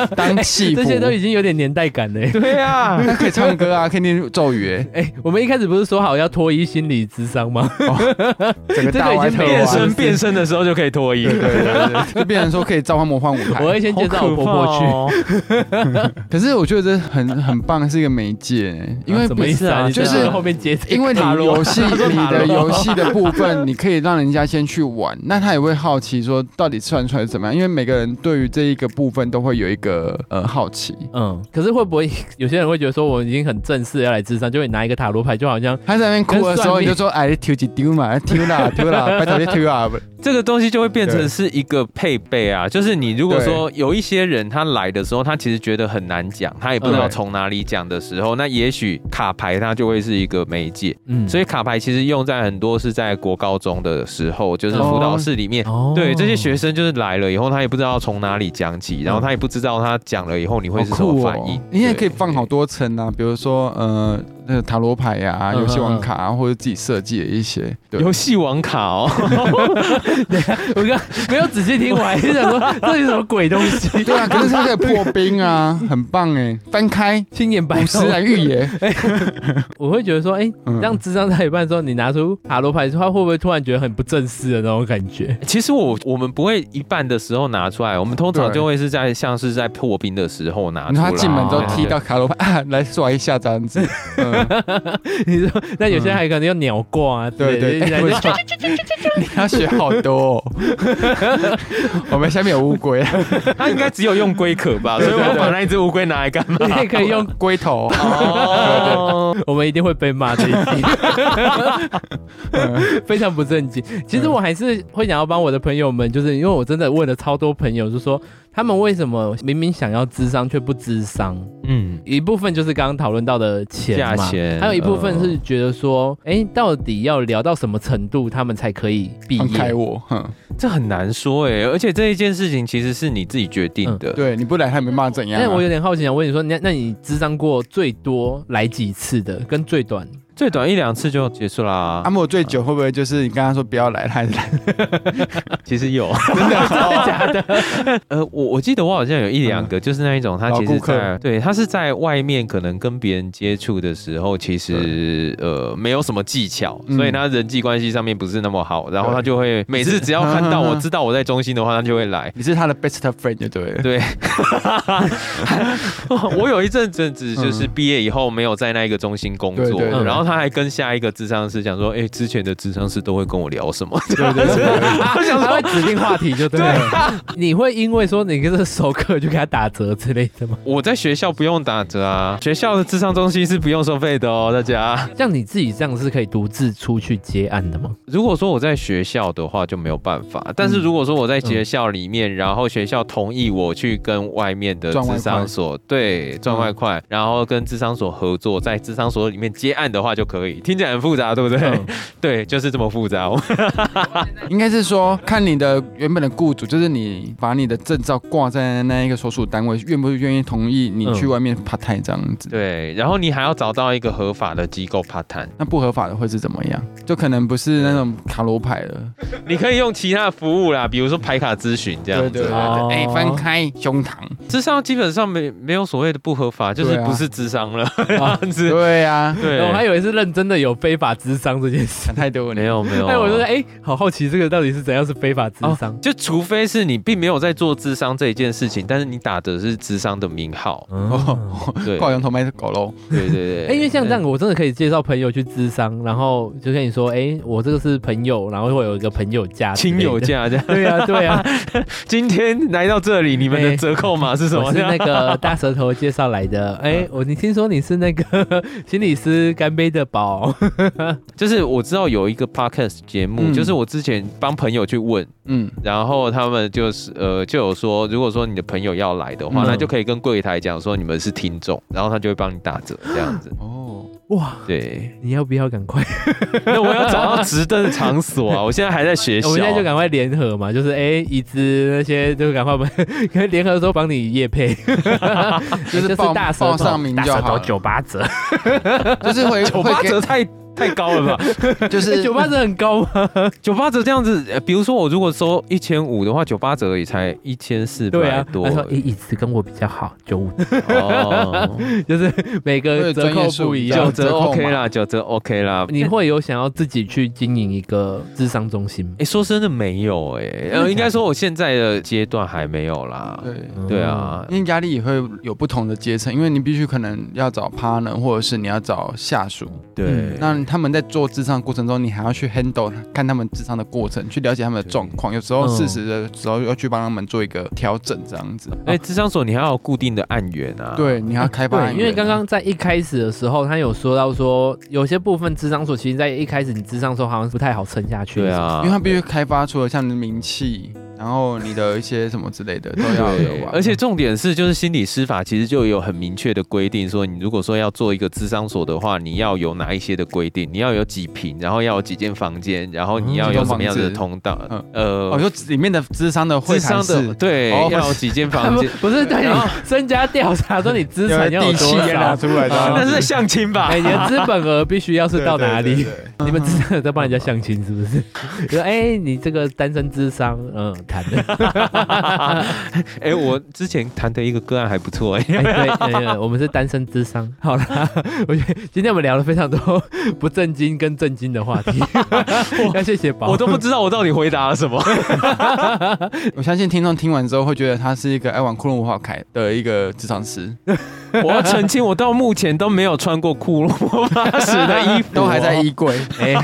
Speaker 1: [laughs]
Speaker 2: 当戏服。
Speaker 1: 这些都已经有点年代感了耶。 [laughs]
Speaker 3: 对啊，
Speaker 2: 那可以唱歌啊，可以念咒语欸，
Speaker 1: 哎、我们一开始不是说好要脱衣心理智商 [laughs] 吗？
Speaker 2: 整个大歪特
Speaker 1: 这个已经是
Speaker 2: 歪
Speaker 3: [laughs] 变
Speaker 1: 不
Speaker 3: 身
Speaker 1: 是。
Speaker 3: 变身的时候就可以脱衣
Speaker 2: 对。对对对，就变成说可以召唤魔幻舞
Speaker 1: 我
Speaker 2: 台。
Speaker 1: 会先
Speaker 3: 哦
Speaker 1: 介绍我婆婆去。
Speaker 3: 去，
Speaker 2: 可是我觉得这很很棒，是一个媒介欸，因为
Speaker 1: [laughs] 啊什么意思啊？
Speaker 3: 不是啊
Speaker 1: 你
Speaker 2: 就是
Speaker 1: 在后面接这个
Speaker 2: [laughs] 因为你
Speaker 3: 塔罗
Speaker 2: 游戏
Speaker 3: 他说
Speaker 2: 你
Speaker 3: 塔
Speaker 2: 的
Speaker 3: 罗
Speaker 2: 游戏的部分，你可以让人家先去玩，那他也会好奇说到底算出来是怎么样，因为每个人对于这一个部分都会有一个呃好奇。
Speaker 1: [laughs] 嗯，可是会不会 [laughs] 有些人会觉得说我已经很正式要来智商，就会拿一个塔罗牌，就好像
Speaker 2: 他在那边哭的时
Speaker 1: 跟算
Speaker 2: 候，
Speaker 1: 命
Speaker 2: 你就说哎，丢几丢嘛， [laughs] 丢啦丢啦，拜托你丢啊！
Speaker 3: 这个东西就会变成是一个配备啊。就是你如果说有一些人他来的时候，他其实觉得很难讲，他也不知道
Speaker 2: 对
Speaker 3: 从哪里讲的时候，那也许卡牌它就会是一个媒介。
Speaker 1: 嗯，
Speaker 3: 所以卡牌其实用在很多是在国高中的时候，就是辅导室里面。
Speaker 1: 哦
Speaker 3: 对这些学生就是来了以后，他也不知道从哪里讲起，然后他也不知道他讲了以后你会是什
Speaker 2: 好酷
Speaker 3: 么
Speaker 2: 哦
Speaker 3: 反应。
Speaker 2: 你也可以
Speaker 3: 对
Speaker 2: 放好多层啊，比如说呃，那个塔罗牌呀、啊、
Speaker 1: 嗯
Speaker 2: 游戏王卡啊，或者自己设计的一些。对
Speaker 3: 游戏王卡哦，
Speaker 1: [laughs] 我刚没有仔细听完，就想说 [laughs] 这是什么鬼东西，
Speaker 2: 对啊，可是它可以破冰啊，很棒哎！翻开
Speaker 1: [laughs] 青眼白
Speaker 2: 五十
Speaker 1: 头
Speaker 2: 来预言，
Speaker 1: 我会觉得说，哎、
Speaker 2: 嗯
Speaker 1: 让智商在一半的时候，你拿出塔罗牌，他会不会突然觉得很不正式的那种感觉？
Speaker 3: 其实我我们不会一半的时候拿出来，我们通常
Speaker 2: 对
Speaker 3: 就会是在像是在破冰的时候拿
Speaker 2: 然
Speaker 3: 出来。
Speaker 2: 后他进门之后踢
Speaker 3: 对
Speaker 2: 到塔罗牌啊， [laughs] 来刷一下这样子。嗯，
Speaker 1: [laughs] 你说，那有些人还可能要鸟挂啊之类的，
Speaker 2: 对对
Speaker 1: 一来
Speaker 2: 对，
Speaker 1: 就
Speaker 2: 我说你要学好多、哦。我们下面有乌龟，
Speaker 3: [laughs] 他应该只有用龟壳
Speaker 2: [laughs]
Speaker 3: 吧，所以我把那一只乌龟拿来干嘛？
Speaker 1: 你也可以用，
Speaker 2: 龟头。 [laughs]
Speaker 3: 哦，
Speaker 1: 我们一定会被骂这一集，
Speaker 2: 嗯
Speaker 1: 非常不正经。 [laughs] 其实我还是会想要帮我的朋友们，就是因为我真的问了超多朋友，就说他们为什么明明想要智商却不智商？
Speaker 3: [laughs] 嗯，
Speaker 1: 一部分就是刚刚讨论到的钱嗯嘛
Speaker 3: 价钱
Speaker 1: 还有一部分是觉得说，哎、到底要聊到什么程度，他们才可以毕
Speaker 2: 放开
Speaker 1: 业？
Speaker 2: 我，嗯哼，
Speaker 3: 这很难说哎，而且这一件事情其实是你自己决定的。
Speaker 2: 嗯对，你不来他也没骂怎样、
Speaker 1: 那
Speaker 2: 啊。
Speaker 1: 哎我有点好奇，想问你说，那那你智商过最多来几次的，跟最短？
Speaker 3: 最短一两次就结束啦
Speaker 2: 阿。莫最久会不会就是你跟他说不要来，他还是来？ [laughs]
Speaker 3: 其实有，
Speaker 2: 真的哦，
Speaker 1: 假的？
Speaker 3: 呃，我我记得我好像有一两个，就是那一种，他
Speaker 2: 嗯老
Speaker 3: 其
Speaker 2: 顾
Speaker 3: 实
Speaker 2: 客
Speaker 3: 在对，他是在外面可能跟别人接触的时候，其实呃没有什么技巧，
Speaker 2: 嗯
Speaker 3: 所以他人际关系上面不是那么好，然后
Speaker 2: 对
Speaker 3: 他就会每次只要看到我知道我在中心的话，他就会来。
Speaker 2: 你是他的 best friend 就对
Speaker 3: [laughs]
Speaker 2: 了。
Speaker 3: 对，我有一阵阵子就是毕业以后没有在那一个中心工
Speaker 2: 嗯对
Speaker 3: 作，
Speaker 2: 对
Speaker 1: 对
Speaker 3: 然后他还跟下一个智商师讲说，哎，之前的智商师都会跟我聊什么？ [laughs]
Speaker 2: 对对对，
Speaker 1: 我想他会指定话题就对
Speaker 3: 啊
Speaker 1: 了。你会因为说你跟这熟客就给他打折之类的
Speaker 3: [laughs]
Speaker 1: 吗？
Speaker 3: 我在学校不用打折啊，学校的智商中心是不用收费的哦，大家。
Speaker 1: 像你自己这样是可以独自出去接案的吗？
Speaker 3: 如果说我在学校的话就没有办法，但是如果说我在学校里面，然后学校同意我去跟外面的
Speaker 2: 赚外
Speaker 3: 智
Speaker 2: 快
Speaker 3: 商所对赚外快，然后跟智商所合作，在智商所里面接案的话就可以。听起来很复杂，对不对？
Speaker 1: 嗯
Speaker 3: [laughs] 对，就是这么复杂。哦
Speaker 2: 应该是说看你的原本的雇主，就是你把你的证照挂在那一个所属单位，愿不愿意同意你去外面 part time 这样子。
Speaker 3: [laughs] 对，然后你还要找到一个合法的机构 part time，
Speaker 2: 那不合法的会是怎么样？就可能不是那种卡罗牌了。
Speaker 3: 你可以用其他的服务啦，比如说排卡咨询这样子。
Speaker 2: 对对对，
Speaker 1: 哦
Speaker 2: 哎、翻开胸膛。
Speaker 3: 智商基本上没没有所谓的不合法，就是
Speaker 2: 对啊
Speaker 3: 不是智商了、这样子。
Speaker 2: 对呀、啊，
Speaker 3: [laughs] 对，
Speaker 1: 哦我还以为是是认真的有非法智商这件事
Speaker 2: 想。太多了，
Speaker 3: 没有没有，
Speaker 1: 哎，我就说，哎，好好奇这个到底是怎样是非法智商？
Speaker 3: 就除非是你并没有在做智商这一件事情，但是你打的是智商的名号，
Speaker 1: 哦，
Speaker 3: 对
Speaker 2: 挂羊头卖狗肉，
Speaker 3: 对对对，
Speaker 1: 哎，因为像这样，我真的可以介绍朋友去智商，然后就跟你说，哎，我这个是朋友，然后会有一个朋友价、
Speaker 3: 亲友。价这
Speaker 1: [laughs]
Speaker 3: 样。
Speaker 1: 对啊，对啊，
Speaker 3: 今天来到这里，你们的折扣码 [laughs] 是什么？
Speaker 1: 我是那个大舌头介绍来的。哎，我你听说你是那个 [laughs] 心理师干杯的宝，
Speaker 3: [laughs]
Speaker 1: [laughs]
Speaker 3: 就是我知道有一个 podcast 节目，
Speaker 2: 嗯
Speaker 3: 就是我之前帮朋友去问，
Speaker 2: 嗯，。
Speaker 3: 然后他们就是呃就有说，如果说你的朋友要来的话，
Speaker 1: 嗯
Speaker 3: 那就可以跟柜台讲说你们是听众，然后他就会帮你打折这样子
Speaker 2: 哦，
Speaker 1: 哇， [laughs]
Speaker 3: 对，
Speaker 1: 你要不要赶快？
Speaker 3: 那我要找到值得的场所啊！我现在还在学校，
Speaker 1: 我们现在就赶快联合嘛，就是哎、椅子那些就赶快 [laughs] 我们可以联合说帮你夜配，哎就
Speaker 2: 就是
Speaker 1: 是
Speaker 2: 报
Speaker 1: 大舌
Speaker 2: 报上名
Speaker 1: 大
Speaker 2: 就
Speaker 1: 舌
Speaker 2: 好
Speaker 1: 头
Speaker 2: 了
Speaker 1: 九八折，
Speaker 2: 就是会
Speaker 3: 九
Speaker 2: 会
Speaker 3: 八折
Speaker 2: 给，
Speaker 3: 太太高了吧？
Speaker 2: 就
Speaker 1: 哎
Speaker 2: 是
Speaker 1: 九八折很高啊吗？
Speaker 3: 九八折这样子，呃比如说我如果收一千五的话，九八折也才一千四
Speaker 1: 对
Speaker 3: 百
Speaker 1: 啊，
Speaker 3: 多
Speaker 1: 他说哎、椅子跟我比较好，九五， [laughs]
Speaker 3: 哦，
Speaker 2: [laughs]
Speaker 1: 就是每个折扣不一
Speaker 2: 对专业术语哦
Speaker 1: 样
Speaker 3: 九
Speaker 2: 有。折
Speaker 3: 折
Speaker 2: 扣嘛
Speaker 3: OK 啦，九折 OK 啦。
Speaker 1: 你会有想要自己去经营一个智商中心吗？
Speaker 3: 哎、说真的没有哎、
Speaker 1: 假
Speaker 3: 呃，
Speaker 1: 的
Speaker 3: 应该说我现在的阶段还没有啦。
Speaker 2: 嗯对。嗯
Speaker 3: 对
Speaker 1: 嗯
Speaker 3: 啊，
Speaker 2: 因为压力也会有不同的阶层，因为你必须可能要找 partner，或者是你要找下属。
Speaker 3: 对，
Speaker 2: 嗯那他们在做智商的过程中，你还要去 handle 看他们智商的过程，去了解他们的状况。有时候
Speaker 1: 嗯
Speaker 2: 适时的时候要去帮他们做一个调整，这样子。
Speaker 3: 哎、智商所你还要有固定的案源啊。，
Speaker 2: 对，你还要开发案
Speaker 1: 嗯对，
Speaker 2: 源。
Speaker 1: 因为刚刚在一开始的时候，他有说到说，有些部分智商所其实，在一开始你智商所好像不太好撑下去。
Speaker 3: 对，啊
Speaker 2: 因为，他必须开发出了像你的名气，然后你的一些什么之类的都要有
Speaker 3: 对，
Speaker 2: 吧。
Speaker 3: 而且重点是，就是心理师法其实就有很明确的规定，说你如果说要做一个智商所的话，你要有哪一些的规定？你要有几平，然后要有几间房间，然后
Speaker 1: 嗯
Speaker 3: 你要有
Speaker 2: 这栋
Speaker 3: 什么样的
Speaker 2: 房子
Speaker 3: 通道？
Speaker 2: 嗯哦，
Speaker 3: 呃，
Speaker 2: 就里面的智商的会
Speaker 3: 智
Speaker 2: 谈
Speaker 3: 商的
Speaker 2: 室，
Speaker 3: 对，
Speaker 2: 哦
Speaker 3: 要有几间
Speaker 1: 他
Speaker 3: 房
Speaker 1: 不
Speaker 3: [laughs] 间。
Speaker 1: 不是对
Speaker 3: 然
Speaker 1: 你
Speaker 3: 后
Speaker 1: 身家调查说你资
Speaker 2: 有
Speaker 1: 产要有
Speaker 2: 地契
Speaker 1: 多
Speaker 2: 也拿
Speaker 1: 少，
Speaker 2: 出来
Speaker 1: 哦啊
Speaker 3: 那
Speaker 2: 的，
Speaker 3: 是在相亲吧？ [laughs]
Speaker 1: 哎，你的资本额必须要是到哪里？
Speaker 2: 对？对对对
Speaker 1: 你们智商在帮人家相亲是不是？ [laughs] 就说哎，你这个单身智商，嗯，谈的，
Speaker 3: [laughs] 哎、我之前谈的一个个案还不错 [laughs] 哎、
Speaker 1: 哎对哎呀，我们是单身智商。好啦， [laughs] 我觉得今天我们聊了非常多不正经跟正经的话
Speaker 3: [laughs]
Speaker 1: 题，要谢谢宝，
Speaker 3: 我都不知道我到底回答了 [laughs] 什么。
Speaker 2: 我相信听众听完之后会觉得他是一个爱玩库洛魔法凯的一个智商师，
Speaker 3: 我要澄清，我到目前都没有穿过库洛魔法使的 [laughs] 衣服、
Speaker 2: 都还在，衣柜，
Speaker 3: [laughs]
Speaker 1: 哎，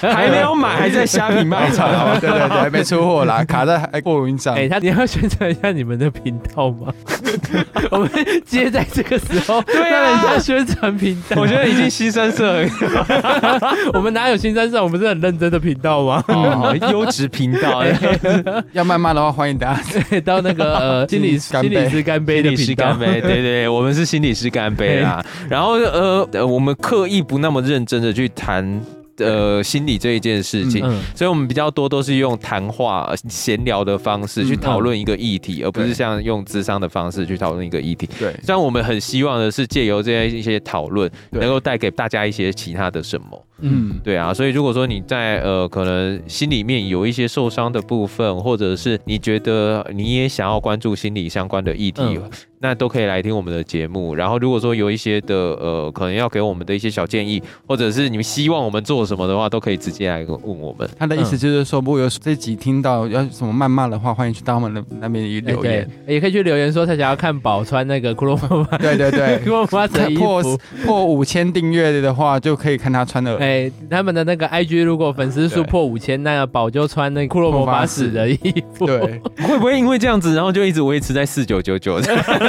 Speaker 3: 还没有买，还在虾皮卖场。
Speaker 2: 哦对对对，还没出货啦，卡在哎货运上
Speaker 1: 哎、。他你要宣传一下你们的频道吗？ [laughs] 我们接在这个时候，
Speaker 3: 对啊
Speaker 1: 让人家宣传频道。
Speaker 3: [laughs] 我觉得已经牺牲社很
Speaker 1: [laughs] 我们哪有新三社？我们是很认真的频道吗？
Speaker 3: 哦好，优质频 [laughs] 道，
Speaker 2: 哦要谩骂的话，欢迎大家。
Speaker 1: [laughs] 对，到那个呃 [laughs] 心理
Speaker 2: 心
Speaker 1: 心
Speaker 2: 理干杯
Speaker 1: 理师干杯的
Speaker 3: 心理师
Speaker 1: 频道
Speaker 3: 干。杯，对对对，我们是心理师干杯啦。然后呃，呃我们刻意不那么认真的去谈呃心理这一件事情，
Speaker 1: 嗯，
Speaker 3: 所以我们比较多都是用谈话、呃闲聊的方式去
Speaker 2: 嗯
Speaker 3: 讨论一个议题，而不是
Speaker 2: 对
Speaker 3: 像用智商的方式去讨论一个议题。
Speaker 2: 对，
Speaker 3: 虽然我们很希望的是借由这些一些讨论，
Speaker 2: 对
Speaker 3: 能够带给大家一些其他的什么。
Speaker 1: 嗯，
Speaker 3: 对啊，所以如果说你在呃可能心里面有一些受伤的部分，或者是你觉得你也想要关注心理相关的议题，
Speaker 1: 嗯
Speaker 3: 那都可以来听我们的节目。然后如果说有一些的呃可能要给我们的一些小建议，或者是你们希望我们做什么的话，都可以直接来问我们。
Speaker 2: 他的意思就是说，如果有这集听到要什么谩骂的话，欢迎去到我们的那边
Speaker 1: 哎
Speaker 2: 留
Speaker 1: 对
Speaker 2: 言。，
Speaker 1: 也可以去留言说他想要看宝穿那个骷髅魔法， [laughs]
Speaker 2: 对对对
Speaker 1: 骷，髅魔法的衣
Speaker 2: 破
Speaker 1: 服。
Speaker 2: 破五千订阅的话，就可以看他穿的。
Speaker 1: 哎，他们的那个 IG 如果粉丝数
Speaker 2: 对
Speaker 1: 破五千，那个宝就穿那骷髅魔法使的衣服。
Speaker 2: 对，
Speaker 3: [laughs] 会不会因为这样子，然后就一直维持在四九九九？
Speaker 1: [laughs]
Speaker 3: [laughs]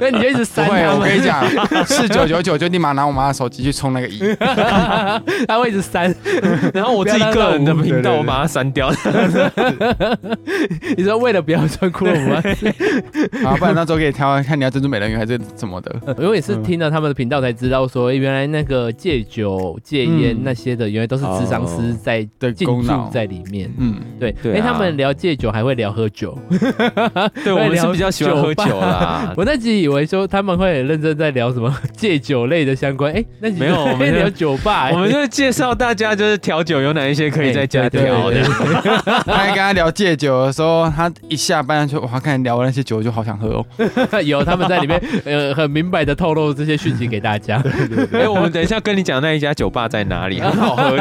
Speaker 1: 那你就一直
Speaker 2: 不
Speaker 1: 删
Speaker 2: 会，
Speaker 1: 他
Speaker 2: 我跟
Speaker 1: 们
Speaker 2: 你，讲，四九九九就立马拿我妈的手机去充那个一。
Speaker 1: [laughs] 他会一直删。
Speaker 3: 然后我自己个人的频道，我把它删掉。
Speaker 1: 你说为了不要穿骷髅魔法使
Speaker 2: 啊，不然到时候可以挑看你要珍珠美人
Speaker 1: [laughs]
Speaker 2: 鱼还是怎么的。
Speaker 3: 嗯
Speaker 1: 哎
Speaker 3: 嗯
Speaker 1: 我也是听了他们的频道才知道说，诶原来那个戒酒戒烟、面那些的，原来都是智商师
Speaker 3: 哦
Speaker 1: 在
Speaker 2: 的
Speaker 1: 进
Speaker 2: 功
Speaker 1: 驻
Speaker 2: 劳
Speaker 1: 在里面。
Speaker 2: 嗯，
Speaker 1: 对，
Speaker 3: 对
Speaker 1: 哎，
Speaker 3: 啊
Speaker 1: 他们聊戒酒还会聊喝酒。 [laughs]
Speaker 3: 对我们是比较喜欢喝
Speaker 1: 酒吧。
Speaker 3: 酒啦 [laughs]
Speaker 1: 我那集以为说他们会很认真在聊什么 [laughs] 戒酒类的相关，哎，那集
Speaker 3: 没有我们
Speaker 1: 在
Speaker 3: 就
Speaker 1: 聊酒吧，哎
Speaker 3: 我们就介绍大家，就是调酒有哪一些可以在家
Speaker 1: 哎对对
Speaker 3: 调
Speaker 1: 对
Speaker 3: 的。
Speaker 2: 他还跟他聊戒酒的时候，他一下班就哇，看聊完那些酒就好想喝哦。
Speaker 1: [laughs] 有他们在里面，呃，很明白的透露这些讯息给大家。 [laughs]
Speaker 3: [laughs] 哎，我们等一下跟你讲那一家酒吧在哪 [laughs] 里，很好喝。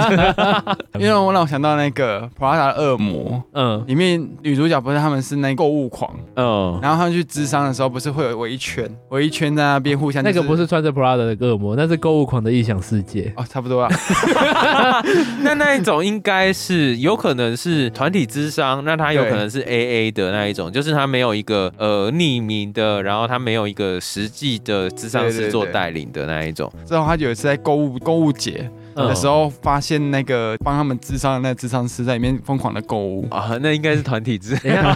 Speaker 2: 因为我让我想到那个《普拉达的恶魔
Speaker 1: 嗯》，
Speaker 2: 里面女主角不是他们是那购物狂，
Speaker 3: 嗯，
Speaker 2: 然后他们去智商的时候不是会有围一圈，围一圈在那边互相、
Speaker 1: 那
Speaker 2: 就是、
Speaker 1: 个不是穿着 Prada 的恶魔，那是购物狂的异想世界。
Speaker 2: 哦，差不多啊，
Speaker 3: 那那一种应该是有可能是团体智商，那他有
Speaker 2: 对
Speaker 3: 可能是 A A 的那一种，就是他没有一个呃匿名的，然后他没有一个实际的智商
Speaker 2: 对对
Speaker 3: 师
Speaker 2: 对
Speaker 3: 做带领的那一种。
Speaker 2: [laughs] 之后他有一次在购物购物节
Speaker 1: 嗯
Speaker 2: 的时候，发现那个帮他们智商的那个智商师在里面疯狂的购物。
Speaker 3: 啊，那应该是团体 [laughs] 智，
Speaker 1: 等一下，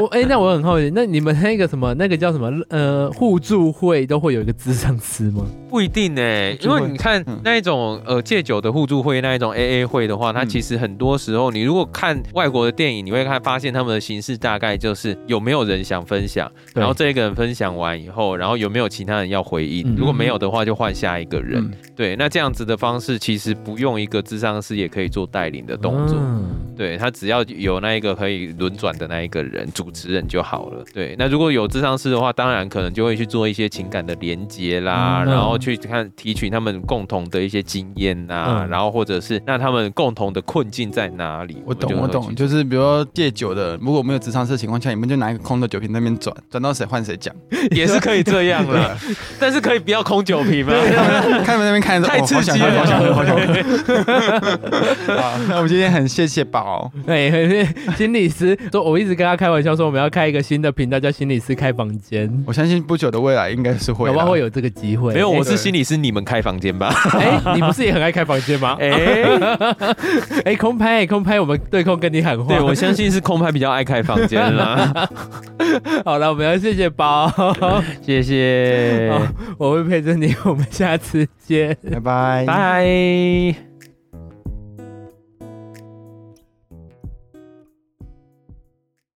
Speaker 1: 我哎、那我很好奇，那你们那个什么，那个叫什么，呃，互助会都会有一个智商师吗？
Speaker 3: 不一定呢、欸因
Speaker 2: 助会
Speaker 3: 为你看
Speaker 2: 嗯
Speaker 3: 那一种呃戒酒的互助会那一种 A A 会的话，它
Speaker 2: 嗯
Speaker 3: 其实很多时候你如果看外国的电影，你会看发现他们的形式大概就是有没有人想分享，
Speaker 1: 对
Speaker 3: 然后这一个人分享完以后，然后有没有其他人要回应
Speaker 1: 嗯，
Speaker 3: 如果没有的话就换下一个人。
Speaker 2: 嗯，
Speaker 3: 对，那这样子的方式其实不用一个智商师也可以做带领的动作，
Speaker 1: 嗯
Speaker 3: 对他只要有那一个可以轮转的那一个人主持人就好了。对，那如果有智商师的话，当然可能就会去做一些情感的连接啦，
Speaker 1: 嗯
Speaker 3: 然后去看提取他们共同的一些经验呐、
Speaker 1: 嗯
Speaker 3: 然后或者是那他们共同的困境在哪里？
Speaker 2: 我
Speaker 3: 们就
Speaker 2: 懂，我
Speaker 3: 会
Speaker 2: 懂，
Speaker 3: 去。
Speaker 2: 就是比如说戒酒的，如果没有智商师的情况下，你们就拿一个空的酒瓶在那边转，转到谁换谁讲，
Speaker 3: 也是可以这样啦，
Speaker 2: [laughs]
Speaker 3: 但是可以不要空酒瓶吗？
Speaker 2: 看他们那边看着，
Speaker 3: 太
Speaker 2: 哦
Speaker 3: 刺激了
Speaker 2: 好想喝，好想喝，好想喝。好，那我们今天很谢谢宝，
Speaker 1: 对，心理师说，我一直跟他开玩笑说，我们要开一个新的频道叫心理师开房间，
Speaker 2: 我相信不久的未来应该是会
Speaker 1: 搞
Speaker 2: 啦，
Speaker 1: 不好会有这个机会。
Speaker 3: 啊没有，我
Speaker 1: 是
Speaker 3: 是心理师，你们开房间吧。
Speaker 1: 哎、你不是也很爱开房间吗？ [laughs]
Speaker 3: 哎、
Speaker 1: 哎、空拍，空拍，我们对空跟你喊话。
Speaker 3: 对，我相信是空拍比较爱开房间
Speaker 2: [laughs]
Speaker 3: 啦。
Speaker 1: 好了，我们要谢谢包，
Speaker 3: 谢谢，
Speaker 1: 我会陪着你，我们下次见。
Speaker 2: 拜拜，
Speaker 3: 拜。